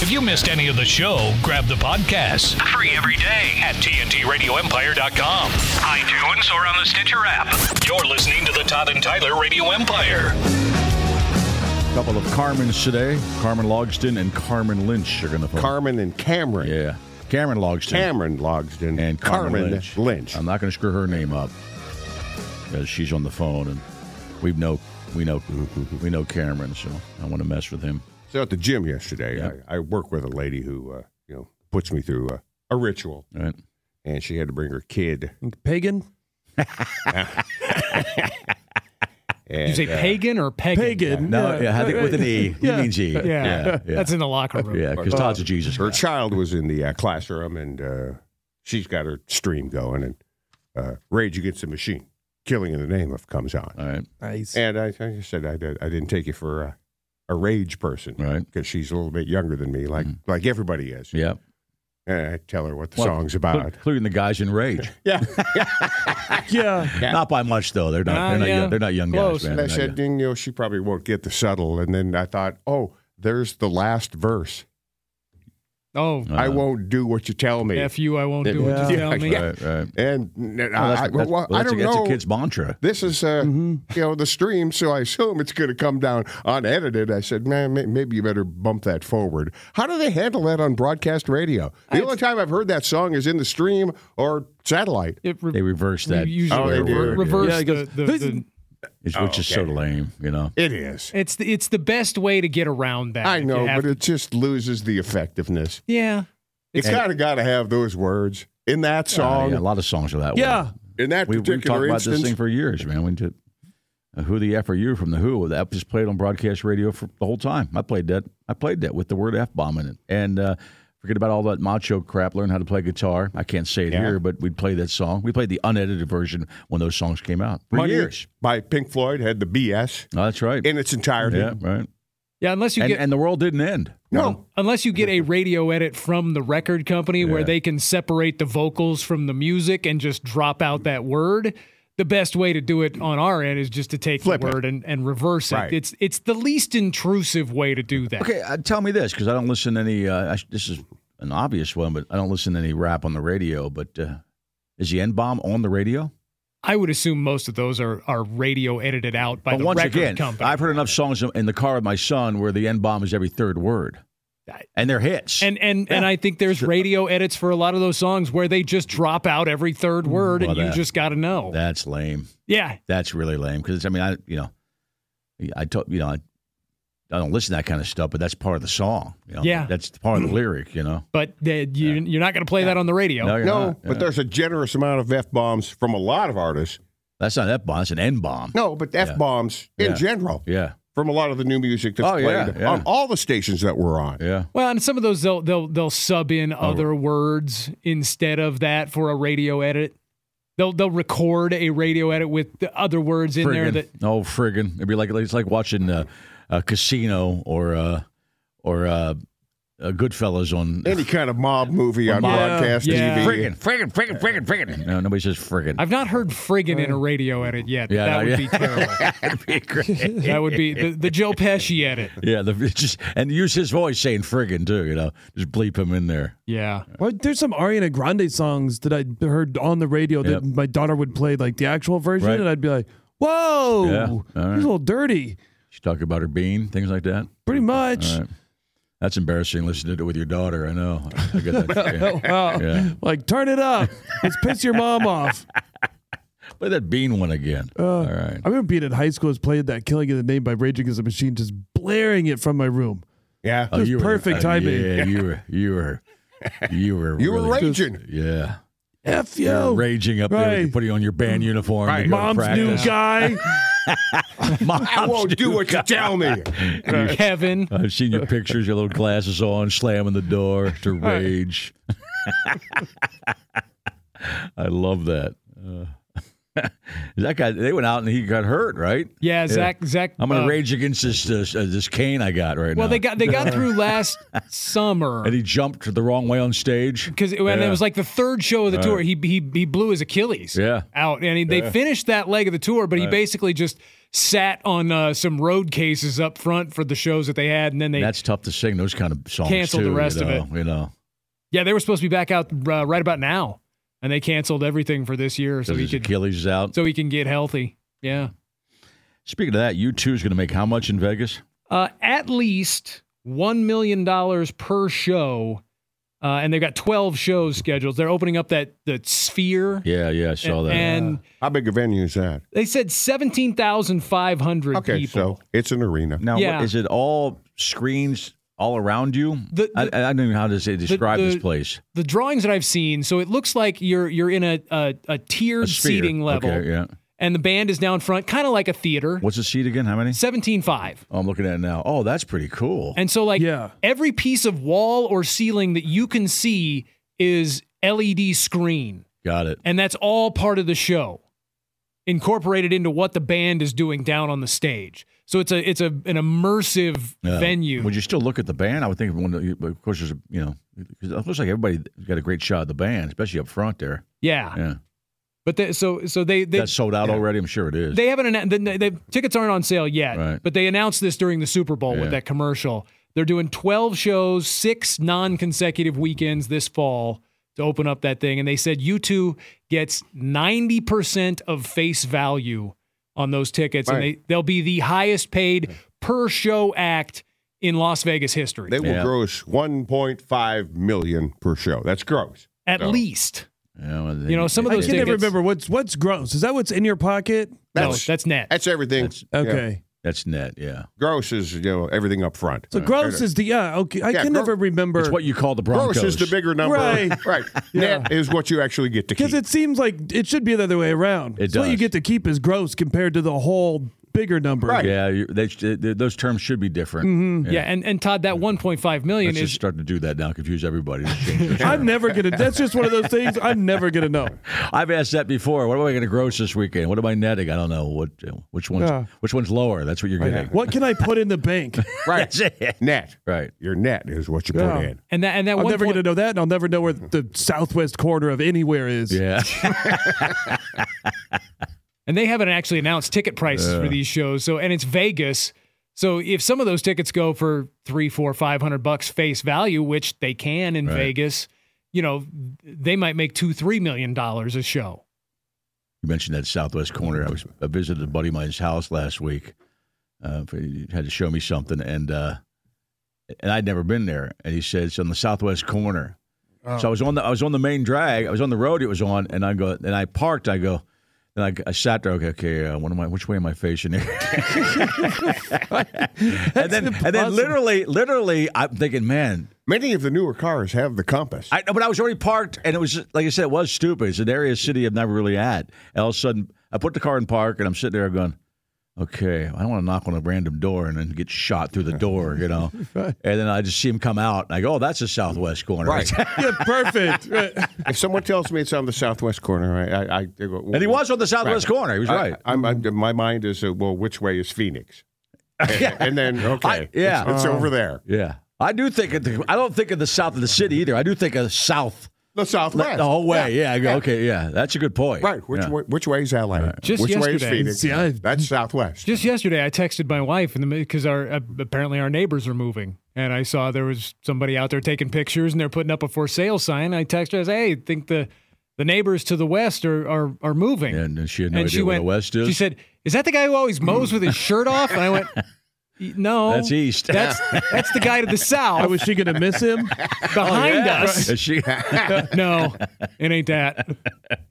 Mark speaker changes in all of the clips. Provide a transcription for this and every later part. Speaker 1: If you missed any of the show, grab the podcast. Free every day at TNTRadioEmpire.com. iTunes or on the Stitcher app. You're listening to the Todd and Tyler Radio Empire.
Speaker 2: couple of Carmens today. Carmen Logston and Carmen Lynch are going to vote.
Speaker 3: Carmen and Cameron.
Speaker 2: Oh. yeah. Cameron Logston.
Speaker 3: Cameron Logsden
Speaker 2: and Carmen, Lynch.
Speaker 3: Lynch.
Speaker 2: I'm not going to screw her name up because she's on the phone and we know we know we know Cameron, so I want to mess with him.
Speaker 3: So at the gym yesterday,
Speaker 2: Yep.
Speaker 3: I, I work with a lady who uh, you know puts me through a, a ritual,
Speaker 2: All right.
Speaker 3: and she had to bring her kid.
Speaker 4: Pagan?
Speaker 3: And,
Speaker 5: You say
Speaker 3: uh,
Speaker 5: pagan or pagan?
Speaker 4: Pagan.
Speaker 2: No, yeah, I think with an E. You mean G.
Speaker 5: Yeah.
Speaker 2: yeah, yeah.
Speaker 5: That's in the locker room.
Speaker 2: Yeah, because Todd's a Jesus
Speaker 3: her
Speaker 2: guy.
Speaker 3: child was in the uh, classroom, and uh, she's got her stream going, and uh, Rage Against the Machine, Killing in the Name of comes on.
Speaker 2: All right,
Speaker 4: Nice.
Speaker 3: And I, I just said I, did- I didn't take you for a, a rage person
Speaker 2: Right. Mm-hmm.
Speaker 3: because she's a little bit younger than me, like like everybody is.
Speaker 2: yeah.
Speaker 3: And I tell her what the
Speaker 2: Well,
Speaker 3: song's
Speaker 2: Cl-
Speaker 3: about.
Speaker 2: Including the guys in Rage.
Speaker 3: yeah.
Speaker 4: yeah.
Speaker 3: Yeah.
Speaker 2: Not by much though. They're not.
Speaker 5: Ah,
Speaker 2: they're, not
Speaker 5: yeah.
Speaker 2: young, they're not young guys,
Speaker 5: Close.
Speaker 2: man.
Speaker 3: And I
Speaker 2: They're not
Speaker 3: said,
Speaker 2: young.
Speaker 3: you know, she probably won't get the subtle. And then I thought, oh, there's the last verse.
Speaker 5: Oh,
Speaker 2: Uh,
Speaker 3: I won't do what you tell me.
Speaker 5: F you, I won't do
Speaker 4: Yeah.
Speaker 5: what you tell me.
Speaker 3: Yeah.
Speaker 2: Right, right.
Speaker 3: and n-
Speaker 2: Well, Oh, that's-
Speaker 3: I, I-
Speaker 2: that's-
Speaker 3: well,
Speaker 2: well,
Speaker 3: I
Speaker 2: that's a-
Speaker 3: don't
Speaker 2: that's
Speaker 3: know.
Speaker 2: a kid's mantra.
Speaker 3: this is, uh,
Speaker 2: Mm-hmm.
Speaker 3: you know, the stream, so I assume it's going to come down unedited. I said, man, may- maybe you better bump that forward. How do they handle that on broadcast radio? The only time I've heard that song is in the stream or satellite.
Speaker 5: It re-
Speaker 2: They reverse
Speaker 5: you
Speaker 2: that,
Speaker 5: usually
Speaker 3: Oh, they
Speaker 5: re-
Speaker 3: do.
Speaker 5: reverse
Speaker 4: Yeah, it goes,
Speaker 5: the, the, the-
Speaker 2: which is
Speaker 3: Oh,
Speaker 2: so lame. You know.
Speaker 3: It is.
Speaker 5: it's the, it's the best way to get around that.
Speaker 3: I
Speaker 5: if you
Speaker 3: know,
Speaker 5: have
Speaker 3: but it just loses the effectiveness.
Speaker 5: to. yeah,
Speaker 3: You kind of got to have those words in that
Speaker 2: Uh,
Speaker 3: song,
Speaker 2: yeah, a lot of songs are that way.
Speaker 4: Yeah.
Speaker 3: in that
Speaker 2: we, we've talked
Speaker 3: particular
Speaker 2: about this
Speaker 3: instance.
Speaker 2: thing for years, man. We did uh, "Who the F Are You" from the Who. That was played on broadcast radio for the whole time. I played that. I played that with the word "f bomb" in it, and uh, forget about all that macho crap. Learn how to play guitar. I can't say it
Speaker 3: Yeah.
Speaker 2: here, but we'd play that song. We played the unedited version when those songs came out for
Speaker 3: Money
Speaker 2: years.
Speaker 3: by Pink Floyd had the BS
Speaker 2: Oh, that's right.
Speaker 3: in its entirety.
Speaker 2: yeah, right.
Speaker 5: yeah. Unless you
Speaker 2: And,
Speaker 5: get Oh,
Speaker 2: and the world didn't end.
Speaker 3: No,
Speaker 5: unless you get a radio edit from the record company where they can separate the vocals from the music and just drop out that word. The best way to do it on our end is just to take
Speaker 3: Flip
Speaker 5: the
Speaker 3: it.
Speaker 5: word and, and reverse
Speaker 3: Right.
Speaker 5: it. It's it's the least intrusive way to do that.
Speaker 2: Okay, uh, tell me this because I don't listen to any. Uh, I, sh- this is an obvious one, but I don't listen to any rap on the radio. But uh, is the N bomb on the radio?
Speaker 5: I would assume most of those are are radio edited out by
Speaker 2: But
Speaker 5: the
Speaker 2: once
Speaker 5: record
Speaker 2: again,
Speaker 5: company.
Speaker 2: I've heard enough songs in the car with my son where the N bomb is every third word, and they're hits.
Speaker 5: and and and I think there's radio edits for a lot of those songs where they just drop out every third word,
Speaker 2: Mm, Well,
Speaker 5: and you
Speaker 2: that-
Speaker 5: just got to know.
Speaker 2: that's lame.
Speaker 5: yeah,
Speaker 2: That's really lame because I mean, I you know, I to, you know, I, I don't listen to that kind of stuff, but that's part of the song. You know?
Speaker 5: Yeah.
Speaker 2: that's part of the lyric. You know,
Speaker 5: but that you, you're not going to play that on the radio.
Speaker 2: you're
Speaker 3: no,
Speaker 2: not.
Speaker 3: but
Speaker 2: Yeah.
Speaker 3: there's a generous amount of f bombs from a lot of artists.
Speaker 2: that's not F bomb. That's an N bomb.
Speaker 3: No, but f bombs in
Speaker 2: Yeah.
Speaker 3: general
Speaker 2: Yeah,
Speaker 3: from a lot of the new music that's
Speaker 2: Oh, yeah,
Speaker 3: played
Speaker 2: yeah.
Speaker 3: on all the stations that we're on.
Speaker 2: yeah.
Speaker 5: Well, and some of those they'll they'll they'll sub in
Speaker 2: Oh,
Speaker 5: other words instead of that for a radio edit. They'll they'll record a radio edit with the other words in there
Speaker 2: Friggin'.
Speaker 5: that
Speaker 2: oh friggin', it'd be like it's like watching uh, a casino or uh, or uh, uh, Goodfellas on.
Speaker 3: Any kind of mob movie on broadcast
Speaker 5: yeah.
Speaker 3: TV.
Speaker 2: Friggin', friggin', friggin', friggin', friggin'. No, nobody says friggin'.
Speaker 5: I've not heard friggin' in a radio edit yet. but
Speaker 2: Yeah, no,
Speaker 5: that would
Speaker 2: yeah.
Speaker 5: be terrible.
Speaker 2: That'd be great.
Speaker 5: that would be the, the Joe Pesci edit.
Speaker 2: Yeah, the, it's just and use his voice saying friggin' too, you know. Just bleep him in there.
Speaker 5: Yeah.
Speaker 4: Well, there's some Ariana Grande songs that I heard on the radio that
Speaker 2: Yep.
Speaker 4: my daughter would play like the actual version,
Speaker 2: Right.
Speaker 4: and I'd be like, "Whoa,
Speaker 2: Yeah,
Speaker 4: he's
Speaker 2: all
Speaker 4: a
Speaker 2: right.
Speaker 4: little dirty."
Speaker 2: She's talking about her bean, things like that.
Speaker 4: Pretty much.
Speaker 2: All right. That's embarrassing listening to it with your daughter, I know. I get that. Yeah.
Speaker 4: Wow.
Speaker 2: Yeah.
Speaker 4: Uh, Like, turn it up. Let's piss your mom off.
Speaker 2: Play that bean one again. All right.
Speaker 4: I remember being in high school, I was playing that "Killing in the Name" by Rage Against the Machine, just blaring it from my room.
Speaker 3: Yeah.
Speaker 2: Oh, you were-
Speaker 4: perfect timing.
Speaker 2: Yeah, you were you were you were
Speaker 3: You were
Speaker 2: really-
Speaker 3: raging.
Speaker 2: Yeah.
Speaker 4: F
Speaker 2: You were
Speaker 4: you,
Speaker 2: raging up there. You
Speaker 4: Right.
Speaker 2: put you on your band uniform. and go to
Speaker 4: mom's new
Speaker 2: practice.
Speaker 4: guy.
Speaker 2: Mom's
Speaker 3: I won't do
Speaker 2: new
Speaker 3: what you
Speaker 2: guy.
Speaker 3: tell me.
Speaker 5: Kevin.
Speaker 2: I've seen your pictures, your little glasses on, slamming the door to rage. I love that. Uh, that guy, they went out and he got hurt, right?
Speaker 5: Yeah, Zach. Zach.
Speaker 2: I'm gonna
Speaker 5: uh,
Speaker 2: rage against this uh, this cane I got right now.
Speaker 5: Well, they got they got through last summer
Speaker 2: and he jumped the wrong way on stage.
Speaker 5: because it, and
Speaker 2: Yeah.
Speaker 5: it was like the third show of the tour. He, he he blew his Achilles.
Speaker 2: Yeah.
Speaker 5: out and he, they finished that leg of the tour, but he basically just sat on uh, some road cases up front for the shows that they had, and then they
Speaker 2: That's tough to sing those kind of songs.
Speaker 5: Cancel the
Speaker 2: too,
Speaker 5: rest
Speaker 2: you
Speaker 5: of
Speaker 2: know, You know,
Speaker 5: yeah they were supposed to be back out uh, right about now, and they canceled everything for this year so
Speaker 2: so
Speaker 5: he
Speaker 2: his
Speaker 5: could
Speaker 2: Achilles is out.
Speaker 5: so he can get healthy. Yeah,
Speaker 2: Speaking of that, you two is going to make how much in Vegas?
Speaker 5: uh, at least one million dollars per show. Uh, and they've got 12 shows scheduled. They're opening up that, that sphere.
Speaker 2: Yeah, yeah, I saw that.
Speaker 5: And
Speaker 3: How big a venue is that?
Speaker 5: They said 17,500
Speaker 3: Okay,
Speaker 5: people.
Speaker 3: so it's an arena.
Speaker 2: now,
Speaker 5: yeah.
Speaker 2: what, is it all screens all around you?
Speaker 5: The-
Speaker 2: I, I
Speaker 5: the-
Speaker 2: don't even know how to say, describe this
Speaker 5: the-
Speaker 2: place.
Speaker 5: The drawings that I've seen, so it looks like you're you're in a a, a tiered
Speaker 2: A sphere.
Speaker 5: seating level
Speaker 2: Okay, yeah.
Speaker 5: and the band is down front kind of like a theater.
Speaker 2: What's the seat again? How many?
Speaker 5: 17.5.
Speaker 2: Oh, I'm looking at it now. Oh, that's pretty cool.
Speaker 5: And so like
Speaker 4: Yeah.
Speaker 5: every piece of wall or ceiling that you can see is LED screen
Speaker 2: Got it.
Speaker 5: and that's all part of the show incorporated into what the band is doing down on the stage. So it's a it's a an immersive
Speaker 2: Yeah.
Speaker 5: venue.
Speaker 2: Would you still look at the band? I would think, one, of the- of course, there's a, you know, 'cause it looks like everybody's got a great shot of the band, especially up front there.
Speaker 5: yeah.
Speaker 2: Yeah.
Speaker 5: But they, so so they they
Speaker 2: that's sold out already. I'm sure it is.
Speaker 5: They haven't announced the, the tickets aren't on sale yet,
Speaker 2: Right.
Speaker 5: but they announced this during the Super Bowl
Speaker 2: Yeah.
Speaker 5: with that commercial. They're doing 12 shows, six non consecutive weekends this fall to open up that thing. And they said U2 gets 90% of face value on those tickets. And they,
Speaker 3: Right.
Speaker 5: they'll be the highest paid per show act in Las Vegas history,
Speaker 3: They will
Speaker 2: Yeah.
Speaker 3: gross 1.5 million per show. That's gross.
Speaker 5: at least.
Speaker 2: Yeah, well, they-
Speaker 5: You know, some of
Speaker 2: they-
Speaker 4: I
Speaker 5: those
Speaker 4: can never
Speaker 5: tickets-
Speaker 4: remember what's what's gross. Is that what's in your pocket?
Speaker 5: no, that's net.
Speaker 3: That's everything.
Speaker 2: That's-
Speaker 3: Yeah.
Speaker 4: Okay.
Speaker 2: That's net. Yeah.
Speaker 3: Gross is you know everything up front.
Speaker 4: So gross is the yeah. Okay, I
Speaker 3: Yeah,
Speaker 4: can
Speaker 3: gro-
Speaker 4: never remember.
Speaker 2: It's what you call the Broncos.
Speaker 3: gross is the bigger number.
Speaker 4: Right.
Speaker 3: right. Net is what you actually get to keep.
Speaker 4: Because it seems like it should be the other way around.
Speaker 2: It
Speaker 4: So What you
Speaker 2: does.
Speaker 4: get to keep is gross compared to the whole bigger number.
Speaker 3: Right.
Speaker 2: Yeah, you, they, sh- th- th- those terms should be different.
Speaker 5: yeah. and, and Todd, that 1.5 million
Speaker 2: Let's
Speaker 5: is
Speaker 2: just start to do that now. Confuse everybody. Just change those
Speaker 4: I'm
Speaker 2: terms.
Speaker 4: never gonna. That's just one of those things. I'm never gonna know.
Speaker 2: I've asked that before. What am I going to gross this weekend? What am I netting? I don't know. What uh, which one's
Speaker 4: Yeah. Oh,
Speaker 2: which one's lower? That's what you're getting.
Speaker 4: What can I put in the bank?
Speaker 3: right. Net.
Speaker 2: Right.
Speaker 3: Your net is what you
Speaker 4: Yeah.
Speaker 3: put in.
Speaker 5: and that and that
Speaker 4: I'm
Speaker 5: one
Speaker 4: never
Speaker 5: point,
Speaker 4: gonna know that, and I'll never know where the southwest corner of anywhere is.
Speaker 2: Yeah.
Speaker 5: And they haven't actually announced ticket prices for these shows. So, and it's Vegas. So if some of those tickets go for three, four, five hundred bucks face value, which they can in Vegas, you know, they might make two, three million dollars a show.
Speaker 2: You mentioned that southwest corner. I was I visited a buddy of mine's house last week. Uh, he had to show me something, and uh, and I'd never been there. And he said it's on the southwest corner. So I was on the I was on the main drag. I was on the road. It was on, and I go and I parked. I go. And I, I sat there. Okay, okay. Uh, what am I? Which way am I facing here? and then, and then,
Speaker 4: impossible.
Speaker 2: literally, literally, I'm thinking, man,
Speaker 3: Many of the newer cars have the compass.
Speaker 2: I, but I was already parked, and it was like I said, it was stupid. It's an area of city I've never really had. And all of a sudden, I put the car in park, and I'm sitting there going, "Okay, I don't want to knock on a random door and then get shot through the door," you know. And then I just see him come out, and I go, "Oh, that's the southwest corner."
Speaker 3: Right.
Speaker 4: Yeah, perfect. Right.
Speaker 3: if someone tells me it's on the southwest corner, I, I, I they go.
Speaker 2: and he was on the southwest corner. He was right.
Speaker 3: I, am I'm, my mind is uh, well, which way is Phoenix? And, and then okay,
Speaker 2: I- yeah. Uh,
Speaker 3: it's, it's over there,
Speaker 2: yeah, I do think of the, I don't think of the south of the city either. I do think of south
Speaker 3: the southwest,
Speaker 2: the whole way. Yeah, I go, okay, yeah, that's a good point.
Speaker 3: Right. Which
Speaker 2: Yeah.
Speaker 3: way, which way is LA?
Speaker 5: Just
Speaker 3: which way is
Speaker 5: yesterday.
Speaker 3: Phoenix?
Speaker 4: See, I-
Speaker 3: That's southwest.
Speaker 5: Just yesterday, I texted my wife in the because our uh, apparently our neighbors are moving, and I saw there was somebody out there taking pictures, and they're putting up a for sale sign. I texted her, I said, "Hey, think the the neighbors to the west are are, are moving."
Speaker 2: And she had no idea where
Speaker 5: went,
Speaker 2: the west is.
Speaker 5: She said, "Is that the guy who always mows with his shirt off?" And I went, "No,
Speaker 2: "That's east."
Speaker 5: That's that's the guy to the south
Speaker 4: Oh, was she gonna miss him? Oh,
Speaker 5: behind us.
Speaker 2: Is she.
Speaker 5: No, it ain't that.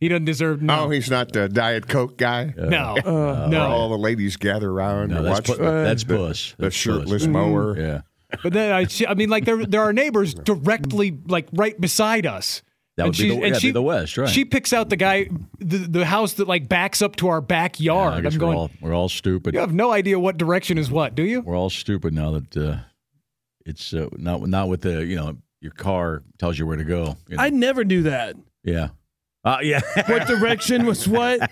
Speaker 5: He doesn't deserve no.
Speaker 3: Oh, he's not the Diet Coke guy.
Speaker 5: no,
Speaker 2: Uh,
Speaker 3: Where
Speaker 2: oh.
Speaker 5: no.
Speaker 3: all the ladies gather around
Speaker 2: No,
Speaker 3: and
Speaker 2: that's
Speaker 3: watch
Speaker 2: bu-
Speaker 3: the,
Speaker 2: that's
Speaker 3: the-
Speaker 2: Bush.
Speaker 3: the
Speaker 2: That's
Speaker 3: shirtless
Speaker 2: Bush.
Speaker 3: mower.
Speaker 2: Yeah.
Speaker 5: But then I, she, I mean, like there, there are neighbors directly, like right beside us.
Speaker 2: That would be
Speaker 5: she-
Speaker 2: the- that'd be the west, right.
Speaker 5: She picks out the guy, the, the house that like backs up to our backyard.
Speaker 2: I guess
Speaker 5: I'm
Speaker 2: we're
Speaker 5: going.
Speaker 2: all we're all stupid.
Speaker 5: you have no idea what direction is what, do you?
Speaker 2: We're all stupid now that uh, it's uh, not not with the you know your car tells you where to go. you know.
Speaker 4: I never knew that.
Speaker 2: yeah, Uh, yeah.
Speaker 4: What direction was what?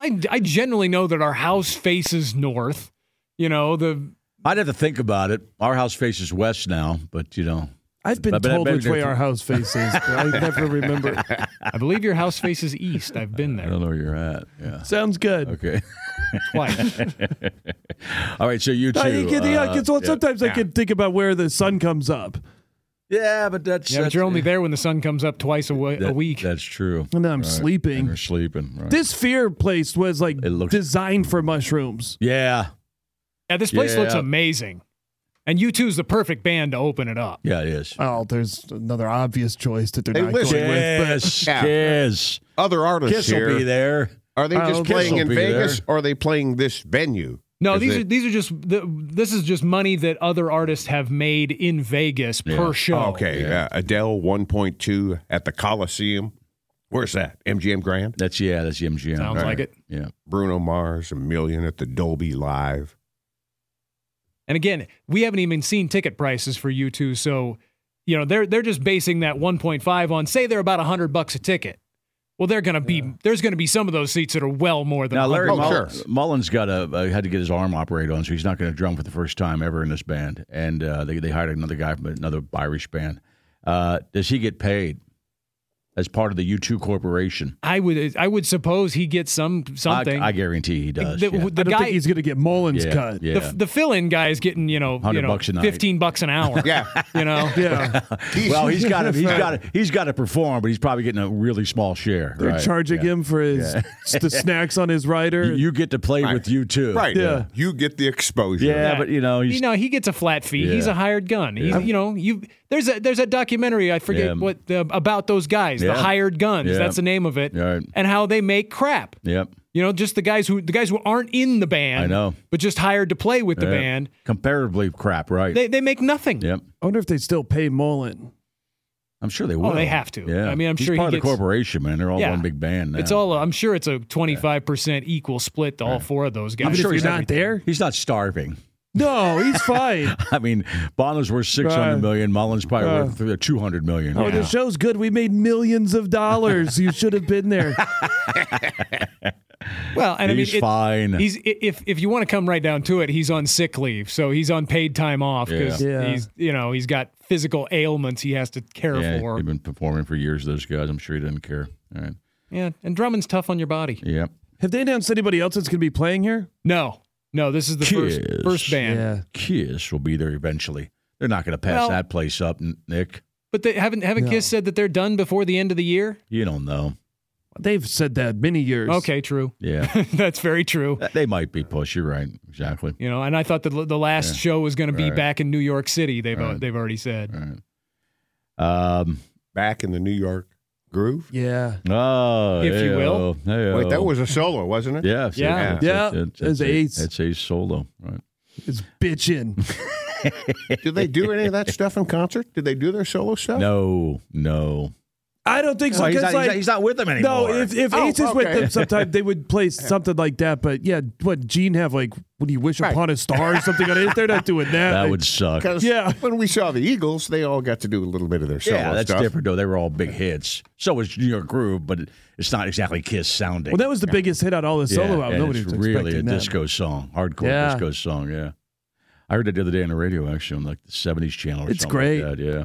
Speaker 5: I, I generally know that our house faces north. You know the
Speaker 2: I'd have to think about it. Our house faces west now, but you know,
Speaker 4: I've been
Speaker 2: But- but I
Speaker 4: told
Speaker 2: bet
Speaker 4: which way
Speaker 2: there's-
Speaker 4: our house faces, but I never remember.
Speaker 5: I believe your house faces east. I've been
Speaker 2: I don't
Speaker 5: there
Speaker 2: know where you're at. Yeah.
Speaker 4: Sounds good.
Speaker 2: Okay.
Speaker 5: twice.
Speaker 2: All right. So you too.
Speaker 4: I think it- yeah,
Speaker 2: uh,
Speaker 4: 'cause, well,
Speaker 2: yeah.
Speaker 4: sometimes I can think about where the sun comes up.
Speaker 2: Yeah, but that's
Speaker 5: Yeah, but
Speaker 2: that's-
Speaker 5: you're only there when the sun comes up twice a, wa- a
Speaker 2: that-
Speaker 5: week.
Speaker 2: That's true.
Speaker 4: And then I'm
Speaker 2: Right. And
Speaker 4: sleeping.
Speaker 2: you're sleeping. Right.
Speaker 4: This fear place was like
Speaker 2: It looks-
Speaker 4: designed for mushrooms.
Speaker 2: yeah.
Speaker 5: yeah, this place looks
Speaker 2: yeah.
Speaker 5: amazing, and you two's the perfect band to open it up.
Speaker 2: Yeah, it is.
Speaker 4: Oh, there's another obvious choice that they're
Speaker 3: Hey,
Speaker 4: not
Speaker 3: listen.
Speaker 4: going with. But
Speaker 2: Yes.
Speaker 3: Yeah.
Speaker 2: Kiss.
Speaker 3: Other artists
Speaker 2: Kiss
Speaker 3: here.
Speaker 2: will be there.
Speaker 3: Are they
Speaker 4: Oh,
Speaker 3: just
Speaker 4: okay.
Speaker 3: playing
Speaker 2: Kiss
Speaker 3: in
Speaker 2: will be
Speaker 3: Vegas,
Speaker 2: there.
Speaker 3: or are they playing this venue?
Speaker 5: No,
Speaker 3: Is
Speaker 5: these
Speaker 3: it-
Speaker 5: are these are just the, this is just money that other artists have made in Vegas per show.
Speaker 3: okay, uh, Adele 1.2 at the Coliseum. Where's that? MGM Grand.
Speaker 2: That's yeah. That's the MGM.
Speaker 5: sounds
Speaker 2: Right.
Speaker 5: like it.
Speaker 2: Yeah.
Speaker 3: Bruno Mars, a million at the Dolby Live.
Speaker 5: And again, we haven't even seen ticket prices for you two, so you know they're they're just basing that 1.5 on say they're about 100 bucks a ticket. Well, they're gonna be there's gonna be some of those seats that are well more than
Speaker 2: Now Larry
Speaker 5: 100
Speaker 3: Oh,
Speaker 2: Mull-
Speaker 3: sure.
Speaker 2: Mullins got a uh, had to get his arm operated on, so he's not going to drum for the first time ever in this band. And uh, they they hired another guy from another Irish band. Uh, does he get paid as part of the U two corporation?
Speaker 5: I would I would suppose he gets some something.
Speaker 2: I, I guarantee he does.
Speaker 5: the,
Speaker 2: yeah.
Speaker 5: the
Speaker 4: I don't
Speaker 5: guy
Speaker 4: think he's going to get Mullins
Speaker 2: yeah,
Speaker 4: cut.
Speaker 2: yeah.
Speaker 5: the, the fill-in guy is getting you know you
Speaker 2: 100
Speaker 5: know
Speaker 2: bucks a night.
Speaker 5: 15 bucks an hour.
Speaker 3: Yeah.
Speaker 5: you know.
Speaker 4: Yeah.
Speaker 2: well, he's got to he's got to he's got to perform, but he's probably getting a really small share.
Speaker 4: They're
Speaker 2: right?
Speaker 4: charging
Speaker 2: Yeah.
Speaker 4: him for his the snacks on his rider.
Speaker 2: You, you get to play with you too,
Speaker 3: Right.
Speaker 4: Yeah.
Speaker 3: You get the exposure.
Speaker 2: Yeah, but you know, he's,
Speaker 5: you know he gets a flat fee. He's
Speaker 2: Yeah.
Speaker 5: a hired gun. He's- you know, you there's a there's a documentary I forget
Speaker 2: Yeah.
Speaker 5: what the, about those guys,
Speaker 2: Yeah.
Speaker 5: the hired guns.
Speaker 2: Yeah.
Speaker 5: That's the name of it,
Speaker 2: Right.
Speaker 5: and how they make crap.
Speaker 2: yep.
Speaker 5: You know, just the guys who the guys who aren't in the band,
Speaker 2: I know.
Speaker 5: but just hired to play with the
Speaker 2: Yeah.
Speaker 5: band.
Speaker 2: Comparatively crap, right?
Speaker 5: They they make nothing.
Speaker 2: yep.
Speaker 4: I wonder if they still pay Mullen.
Speaker 2: I'm sure they will.
Speaker 5: Oh, they have to.
Speaker 2: Yeah.
Speaker 5: I mean, I'm
Speaker 2: He's
Speaker 5: sure he
Speaker 2: part of
Speaker 5: gets-
Speaker 2: the corporation, man. They're all
Speaker 5: Yeah.
Speaker 2: one big band. Now.
Speaker 5: It's all I'm sure it's a 25 percent equal split to all four of those guys.
Speaker 4: Even
Speaker 2: sure
Speaker 4: if
Speaker 2: he's
Speaker 4: you're
Speaker 2: not-
Speaker 4: not there.
Speaker 2: He's not starving.
Speaker 4: No, he's fine.
Speaker 2: I mean, Bono's worth six hundred
Speaker 4: Right.
Speaker 2: million. Mullins probably worth two hundred million.
Speaker 4: Oh, the show's good. We made millions of dollars. You should have been there.
Speaker 5: Well, and
Speaker 2: He's
Speaker 5: I mean, it-
Speaker 2: fine.
Speaker 5: He's i- if if you want to come right down to it, he's on sick leave, so he's on paid time off because
Speaker 4: Yeah. Yeah.
Speaker 5: he's you know he's got physical ailments he has to care
Speaker 2: yeah,
Speaker 5: for.
Speaker 2: they've been performing for years. Those guys. I'm sure he doesn't care. All right.
Speaker 5: Yeah, and drumming's tough on your body.
Speaker 2: Yep.
Speaker 4: Have they announced anybody else that's going to be playing here?
Speaker 5: No, no, this is the
Speaker 2: Kiss.
Speaker 5: first first band,
Speaker 2: Kiss will be there eventually. They're not going to pass
Speaker 5: Well-
Speaker 2: that place up, N- Nick.
Speaker 5: but they haven't haven't Kiss said that they're done before the end of the year.
Speaker 2: You don't know.
Speaker 4: They've said that many years.
Speaker 5: Okay, true.
Speaker 2: Yeah,
Speaker 5: That's very true.
Speaker 2: they might be push. You're right. Exactly.
Speaker 5: You know, and I thought that the last show was going to be
Speaker 2: Right.
Speaker 5: back in New York City. They've al- they've already said.
Speaker 2: All right. Um.
Speaker 3: Back in the New York groove.
Speaker 4: Yeah.
Speaker 2: Oh,
Speaker 5: If you will.
Speaker 2: hey-oh,
Speaker 3: Wait, that
Speaker 2: hey-oh.
Speaker 3: was a solo, wasn't it?
Speaker 2: Yeah, it's-
Speaker 5: Yeah.
Speaker 2: it's-
Speaker 4: Yeah.
Speaker 2: it's- it's-
Speaker 4: It was
Speaker 2: it's a-
Speaker 4: Ace.
Speaker 2: It's Ace solo. Right.
Speaker 4: It's bitching.
Speaker 3: Do they do any of that stuff in concert? Did they do their solo
Speaker 2: Oh.
Speaker 3: stuff?
Speaker 2: No, no.
Speaker 4: I don't think so. 'cause, like,
Speaker 2: not with them
Speaker 4: no, if, if
Speaker 3: Oh,
Speaker 4: Ace is with
Speaker 3: okay.
Speaker 4: them, sometimes they would play something like that. But yeah, what Gene have like? What do you wish upon a star or something? on it? They're not doing that.
Speaker 2: that would suck.
Speaker 3: Because
Speaker 4: Yeah.
Speaker 3: when we saw the Eagles, they all got to do a little bit of their solo
Speaker 2: Yeah, that's
Speaker 3: stuff.
Speaker 2: different though. They were all big hits. So was New York Groove, but it- it's not exactly Kiss sounding.
Speaker 4: Well, that was the biggest hit on all the
Speaker 2: yeah,
Speaker 4: solo album.
Speaker 2: and
Speaker 4: Nobody
Speaker 2: it's
Speaker 4: was
Speaker 2: really
Speaker 4: expecting
Speaker 2: a
Speaker 4: that.
Speaker 2: disco song, hardcore
Speaker 4: Yeah.
Speaker 2: disco song. Yeah, I heard it the other day on the radio actually on like the '70s channel. Or
Speaker 4: It's
Speaker 2: something
Speaker 4: great.
Speaker 2: Like that. Yeah.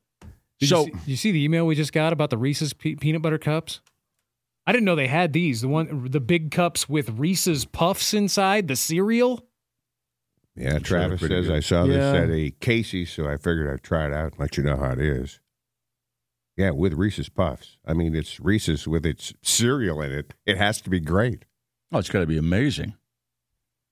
Speaker 2: so
Speaker 5: you see, you see the email we just got about the Reese's pe- peanut butter cups? I didn't know they had these. The one, the big cups with Reese's puffs inside the cereal.
Speaker 3: Yeah, Travis
Speaker 2: pretty
Speaker 3: says
Speaker 2: good.
Speaker 3: I saw
Speaker 4: Yeah.
Speaker 3: this at a Casey's, so I figured I'd try it out and let you know how it is. Yeah, with Reese's Puffs. I mean, it's Reese's with its cereal in it. It has to be great.
Speaker 2: oh, it's got to be amazing.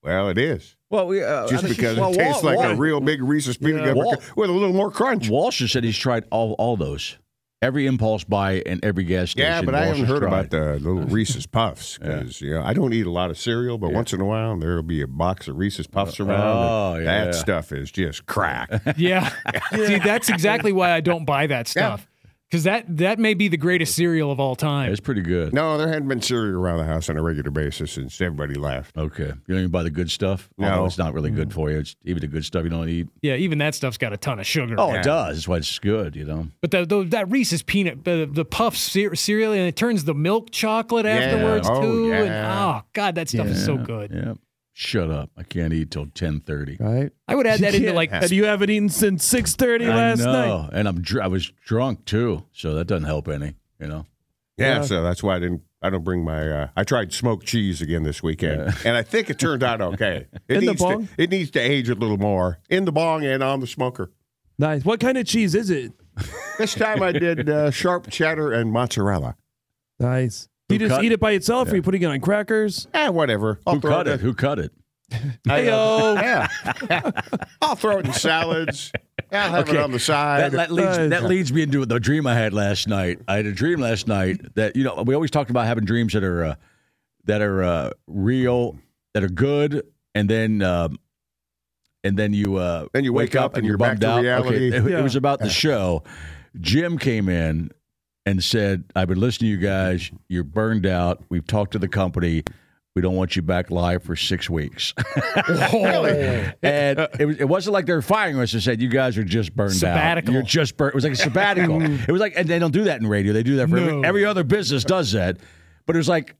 Speaker 3: Well, it is.
Speaker 2: Well, we, uh, I
Speaker 3: Just
Speaker 2: think-
Speaker 3: because
Speaker 2: well,
Speaker 3: it tastes
Speaker 2: Wal-
Speaker 3: like a
Speaker 2: Wal-
Speaker 3: real big Reese's peanut
Speaker 2: Yeah.
Speaker 3: butter
Speaker 2: Wal-
Speaker 3: cup with a little more crunch.
Speaker 2: Walsh has said he's tried all all those, every impulse buy and every gas station.
Speaker 3: yeah, but I
Speaker 2: Walsh
Speaker 3: haven't
Speaker 2: has
Speaker 3: heard
Speaker 2: tried.
Speaker 3: about the little Reese's Puffs because you know I don't eat a lot of cereal, but once in a while there'll be a box of Reese's Puffs around.
Speaker 2: oh,
Speaker 3: and
Speaker 2: yeah.
Speaker 3: that stuff is just crack.
Speaker 5: Yeah. See, that's exactly why I don't buy that stuff. Because that that may be the greatest cereal of all time.
Speaker 2: It's pretty good.
Speaker 3: no, there hadn't been cereal around the house on a regular basis since everybody left.
Speaker 2: Okay, you don't even buy the good stuff.
Speaker 3: No.
Speaker 2: Although it's not really good for you. It's even the good stuff you don't eat.
Speaker 5: Yeah, even that stuff's got a ton of sugar.
Speaker 2: Oh, it does. That's why it's good. You know.
Speaker 5: But the, the, that Reese's peanut, the, the puff cere- cereal, and it turns the milk chocolate
Speaker 3: Yeah.
Speaker 5: afterwards
Speaker 3: Oh,
Speaker 5: too. And,
Speaker 3: yeah.
Speaker 5: oh God, that stuff is so
Speaker 2: Yeah,
Speaker 5: good.
Speaker 2: Yeah. Shut up. I can't eat till ten thirty.
Speaker 4: Right?
Speaker 5: I would add that into like
Speaker 4: and you haven't eaten since six thirty
Speaker 2: I
Speaker 4: last
Speaker 2: know,
Speaker 4: night.
Speaker 2: and I'm dr- I was drunk too, so that doesn't help any. You know.
Speaker 3: Yeah,
Speaker 4: Yeah.
Speaker 3: so that's why I didn't. I don't bring my. Uh, I tried smoked cheese again this weekend, and I think it turned out okay. It
Speaker 4: In the
Speaker 3: needs
Speaker 4: bong?
Speaker 3: To, it needs to age a little more in the bong and on the smoker.
Speaker 4: Nice. What kind of cheese is it?
Speaker 3: This time I did uh, sharp cheddar and mozzarella.
Speaker 4: Nice. Do you
Speaker 2: Who
Speaker 4: just
Speaker 2: cut
Speaker 4: eat
Speaker 2: it?
Speaker 4: it by itself? Or are you putting it on crackers?
Speaker 3: Eh, whatever.
Speaker 2: Who cut it? Who cut it?
Speaker 3: Hey-o. yeah, I'll throw it in salads. I'll have it on the
Speaker 2: That,
Speaker 3: side.
Speaker 2: that leads
Speaker 4: Nice.
Speaker 2: that leads me into the dream I had last night. I had a dream last night that you know we always talked about having dreams that are uh, that are uh, real, that are good, and then um, and then you uh,
Speaker 3: Then you wake up and you're back
Speaker 2: bummed
Speaker 3: to
Speaker 2: out.
Speaker 3: reality.
Speaker 2: Okay, it, it
Speaker 4: Yeah.
Speaker 2: was about the show. Jim came in and said, "I've been listening to you guys. You're burned out. We've talked to the company." We don't want you back live for six weeks, and it, was, it wasn't like they were firing us. and said you guys are just burned
Speaker 5: Sabbatical.
Speaker 2: out. You're just burnt. It was like a sabbatical. it was like, and they don't do that in radio. They do that for
Speaker 5: No.
Speaker 2: every, every other business does that. But it was like,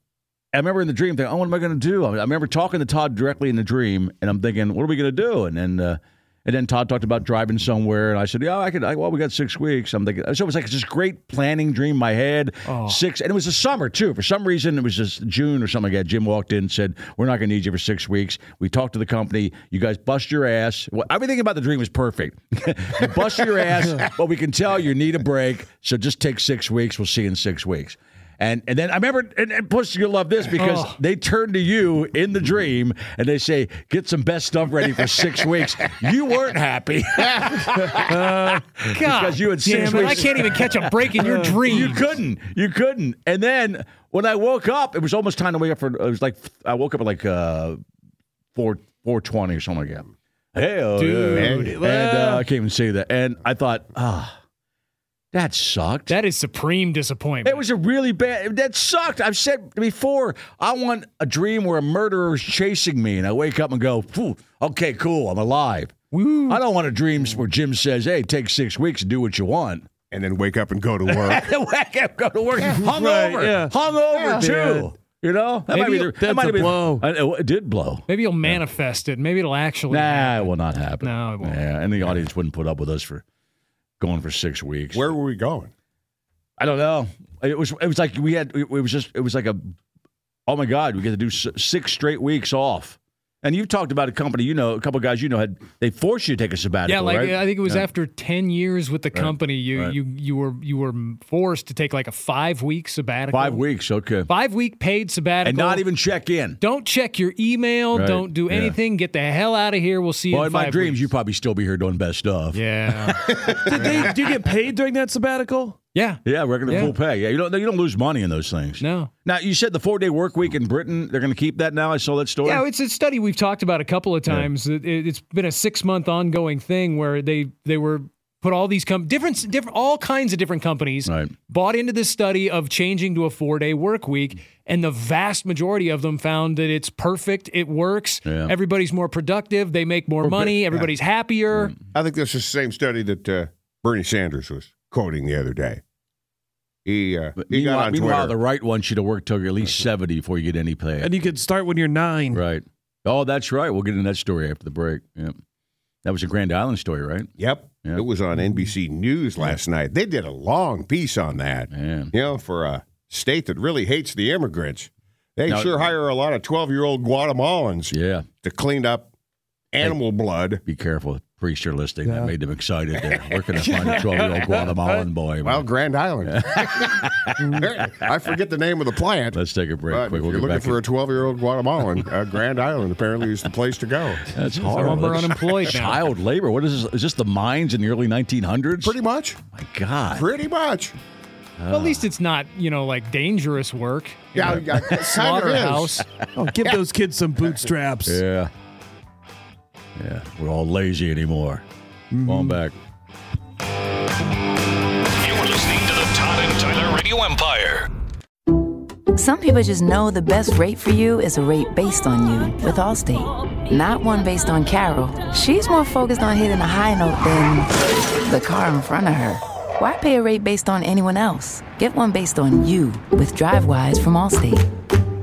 Speaker 2: I remember in the dream thinking, oh, what am I going to do? I remember talking to Todd directly in the dream, and I'm thinking, what are we going to do? And then, uh, and then Todd talked about driving somewhere, and I said, yeah, I could. I, well, we got six weeks. I'm thinking, so it was like this great planning dream in my head. Six, and it was the summer too. For some reason, it was just June or something like that. Jim walked in and said, we're not going to need you for six weeks. We talked to the company. You guys bust your ass. Well, everything about the dream was perfect. you bust your ass, but we can tell you need a break. So just take six weeks. We'll see you in six weeks. And and then I remember, and, and plus you'll love this because
Speaker 5: Oh.
Speaker 2: they turn to you in the dream and they say, "Get some best stuff ready for six weeks." You weren't happy
Speaker 5: Uh, God,
Speaker 2: because you had six
Speaker 5: damn it, I
Speaker 2: weeks- Uh,
Speaker 5: can't even catch a break in your dream.
Speaker 2: you couldn't. You couldn't. And then when I woke up, it was almost time to wake up for. It was like I woke up at like uh, four four twenty or something like that. Hell,
Speaker 5: Dude.
Speaker 2: yeah.
Speaker 3: And-
Speaker 2: and uh, I can't even say that. And I thought, ah, that sucked.
Speaker 5: That is supreme disappointment.
Speaker 2: It was a really bad. That sucked. I've said before. I want a dream where a murderer is chasing me, and I wake up and go, "Phew, "Okay, cool, I'm alive." I don't want a dream where Jim says, "Hey, take six weeks and do what you want."
Speaker 3: and then wake up and go to work.
Speaker 2: Wake up, go to work, hungover,
Speaker 4: Right, yeah.
Speaker 2: hungover
Speaker 4: Yeah.
Speaker 2: too. You know, that
Speaker 5: Maybe
Speaker 2: might be. The,
Speaker 4: that's
Speaker 2: that might
Speaker 4: a
Speaker 2: be the-
Speaker 4: blow.
Speaker 2: I- it did blow.
Speaker 5: Maybe you'll manifest it. Maybe it'll actually.
Speaker 2: Nah, it will not happen.
Speaker 5: No, it won't.
Speaker 2: Yeah, and the audience wouldn't put up with us for going for six weeks.
Speaker 3: Where were we going?
Speaker 2: I don't know. It was it was like we had it was just it was like a oh my god we get to do s- six straight weeks off. And you've talked about a company you know a couple guys you know had they forced you to take a sabbatical.
Speaker 5: Yeah, like
Speaker 2: right?
Speaker 5: I think it was
Speaker 2: Yeah.
Speaker 5: after ten years with the company, you you you were you were forced to take like a five week sabbatical.
Speaker 2: five weeks. Okay,
Speaker 5: Five week paid sabbatical,
Speaker 2: and not even check in.
Speaker 5: Don't check your email.
Speaker 2: Right,
Speaker 5: Don't do
Speaker 2: yeah.
Speaker 5: anything. Get the hell out of here. We'll see you.
Speaker 2: Well,
Speaker 5: in,
Speaker 2: in my
Speaker 5: five
Speaker 2: dreams,
Speaker 5: weeks.
Speaker 2: you'd probably still be here doing best stuff.
Speaker 5: Yeah,
Speaker 4: Did they? Do you get paid during that sabbatical?
Speaker 5: yeah.
Speaker 2: Yeah, regular
Speaker 5: Yeah.
Speaker 2: full pay. Yeah, you don't you don't lose money in those things.
Speaker 5: No.
Speaker 2: Now you said the four day work week in Britain they're going to keep that now. I saw that story.
Speaker 5: Yeah, it's a study we've talked about a couple of times. It, it, has been a six month ongoing thing where they they were put all these com- different different all kinds of different companies
Speaker 2: Right.
Speaker 5: bought into this study of changing to a four day work week, and the vast majority of them found that it's perfect. It works.
Speaker 2: Yeah.
Speaker 5: Everybody's more productive. They make more money. Everybody's happier.
Speaker 3: I think this is the same study that uh, Bernie Sanders was quoting the other day. He uh,
Speaker 2: But
Speaker 3: he got
Speaker 2: meanwhile,
Speaker 3: on
Speaker 2: meanwhile,
Speaker 3: Twitter.
Speaker 2: the right wants you to work till you're at least seventy before you get any pay.
Speaker 4: And you could start when you're nine.
Speaker 2: Right. Oh, that's right. We'll get into that story after the break. Yeah. That was a Grand Island story, right?
Speaker 3: Yep.
Speaker 2: Yeah. Mm-hmm.
Speaker 3: It was on NBC News last night. They did a long piece on that.
Speaker 2: Man.
Speaker 3: You know, for a state that really hates the immigrants, they
Speaker 2: Now-
Speaker 3: sure hire a lot of 12 year old Guatemalans
Speaker 2: Yeah.
Speaker 3: to clean up animal blood.
Speaker 2: Be careful. Priests are listening. That
Speaker 4: Yeah.
Speaker 2: made them excited there. We're going to find a 12 year old Guatemalan boy.
Speaker 3: Well, Grand Island. I forget the name of the plant.
Speaker 2: Let's take a break
Speaker 3: But
Speaker 2: quick.
Speaker 3: if
Speaker 2: We'll
Speaker 3: you're
Speaker 2: get
Speaker 3: looking
Speaker 2: back.
Speaker 3: for a 12 year old Guatemalan, uh, Grand Island apparently is the place to go.
Speaker 2: That's
Speaker 5: Some
Speaker 2: horrible.
Speaker 5: of 'em are
Speaker 2: That's
Speaker 5: unemployed now.
Speaker 2: Child labor. What is this? Is this the mines in the early 1900s?
Speaker 3: Pretty much.
Speaker 2: My God.
Speaker 3: Pretty much.
Speaker 5: Well, at least it's not, you know, like dangerous work.
Speaker 3: Yeah, yeah. it kind of is.
Speaker 5: Slaughterhouse.
Speaker 4: Oh, give those kids some bootstraps.
Speaker 2: Yeah. Yeah. We're all lazy anymore. Come
Speaker 3: Mm-hmm.
Speaker 2: on back.
Speaker 1: You're listening to the Todd and Tyler Radio Empire.
Speaker 6: Some people just know the best rate for you is a rate based on you with Allstate, not one based on Carol. She's more focused on hitting a high note than the car in front of her. Why pay a rate based on anyone else? Get one based on you with DriveWise from Allstate.